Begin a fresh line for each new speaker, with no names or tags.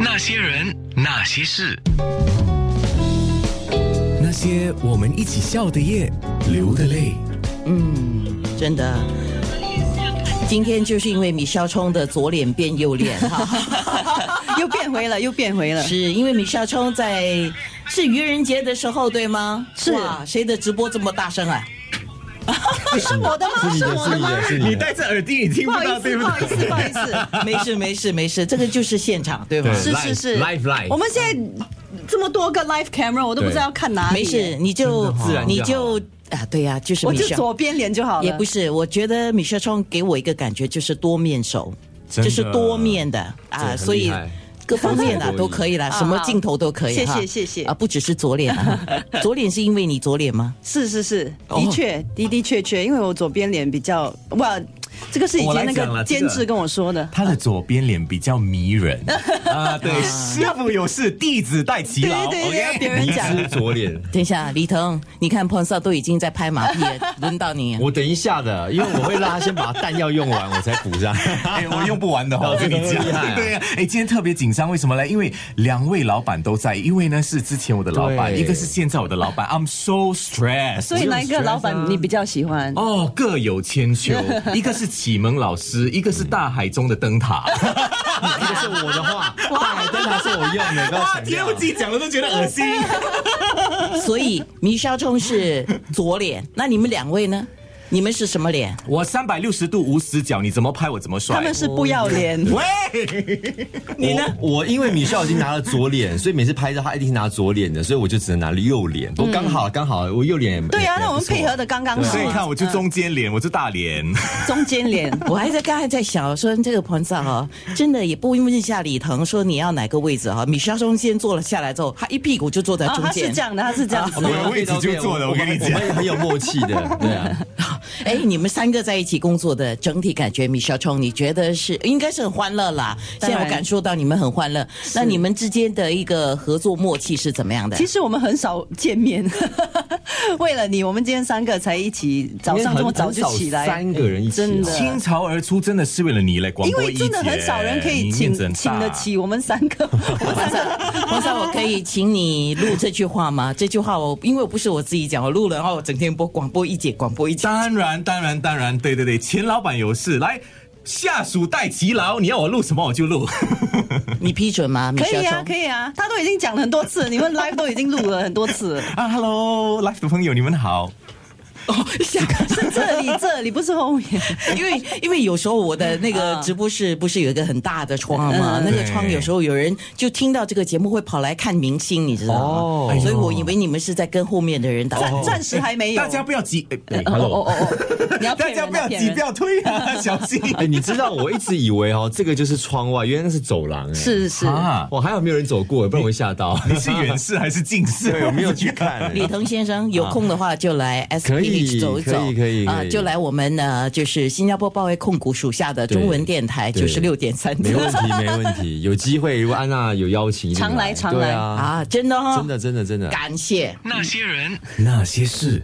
那些人，那些事，那些我们一起笑的夜，流的泪。
嗯，真的。今天就是因为米肖冲的左脸变右脸哈，
又变回了，又变回了。
是因为米肖冲在是愚人节的时候对吗？
是
哇，谁的直播这么大声啊？
是 我的吗？是我的吗？
是 你戴着耳钉，你听
不
不
好
到，
意
对
思，不
对？
好意 思，不好意思。
没事没事没事，这个就是现场对吧？
对
是是是
Live- live- live
我们现在这么多个 live camera，我都不知道要看哪里。
没事，，你就
自然就好
你就啊，对呀、就是
我
米
就
肖。
左边脸就好了。
也不是，我觉得米歇冲给我一个感觉就是多面手，
真
就
的
是多面的
这很厉
啊，
害
所以。各方面啊
多
都可以啦，什么镜头都可以
好
哈。
谢谢谢谢
啊，不只是左脸 啊，左脸是因为你左脸吗？
是是是，
哦
的确的的确确，因为我左边脸比较哇，这个是以
我来
前那
讲
个
了这个
监制跟我说的。
他的左边脸比较迷人 啊，对，师傅有事，弟子戴其劳。
对对对
OK？
别人讲
迷之左脸。
等一下，黎腾，你看 p o n s a 都已经在拍马屁了，轮到你。
我等一下的，因为我会让他先把弹药用完，我才补上。
哎，我用不完的哦，我跟你
这
讲
个厉害，啊
对呀、哎，今天特别紧张，为什么呢？因为两位老板都在，一位呢是之前我的老板，
对
一个是现在我的老板，I'm so stressed。
所以哪一个老板你比较喜欢？
哦，各有千 秋，一个是启蒙老师，一个是大海中的灯 塔。
这个是我的话，大海灯塔是我用的，
哇，
刚
天，我自己讲的都觉得恶 心。
所以米肖冲是左脸，那你们两位呢？你们是什么脸？
我三百六十度无死角，你怎么拍我怎么帅。
他们是不要脸。
喂，
你呢？我因为米笑已经拿了左脸，所以每次拍照他一定拿左脸的，所以我就只能拿右脸。不过刚好刚好，我右脸也
嗯对啊，
也
那我
不
们
错
配合的刚刚好
所以
啊，
看我就中间脸，我就大脸。
嗯中间脸。
我还在刚才在想说，这个彭少哈，真的也不问一下李腾说你要哪个位置哈。米肖中先坐了下来之后，他一屁股就坐在
啊，
中
他是
间
这。样的，他是这样子
我。们
我的位置就坐了我跟你讲
我们很有默契的，对啊，
哎、你们三个在一起工作的整体感觉，米肖冲，你觉得是应该是很欢乐啦？现
当然
在我感受到你们很欢乐。那你们之间的一个合作默契是怎么样的？
其实我们很少见面，为了你，我们今天三个才一起早上这么早就起
因为很很少
来。
三个人一起，
真的
倾巢而出，真的是为了你来啊广
因
播
为
一
真的
姐
很少人可以
你
请
面子很大
请得起我们三 个，我们三个
黄少，我可以请你录这句话 吗？这句话我因为我不是我自己讲，我录了，然后我整天播广播一姐，广播一姐。
当然，当然，当然，对对对，前老板有事来。下属代其劳，你要我录什么我就录。
你批准吗？米
可
肖
以
冲？
啊，可以啊，他都已经讲了很多次，你们 live 都已经录了很多次了。
啊，Hello，Life 的朋友，你们好。
哦，下个
是这里，这里不是后面。
因为因为有时候我的那个
嗯
直播室不是有一个很大的窗嘛，那个窗有时候有人就听到这个节目会跑来看明星，你知道吗？
哦
所以我以为你们是在跟后面的人打招呼。
暂暂时还没有。
哦大家不要急，哎、对
哦
，Hello，
哦哦哦，你 要
大
骗
家
人，
不要
骗
急，
人
不要推啊，小心。
哎，你知道我一直以为哦，这个就是窗外，原来那是走廊，哎，
是是，
啊，
哇，还好没有人走过，不然我会吓到。
你是 远视还是近视？
对，我 没有去看。
李腾先生有空的话就来 S
啊可
P
以
H 走一走，
可以可以
啊、
可以
就来我们呢，就是新加坡报业控股属下的中文电台九
对
十六点三
没问题，没问题。有机会，如果安娜有邀请，一定
常来常来
对啊，
啊，真的哈、哦，
真的，真的，真的。
感谢。
那些人，
那些事。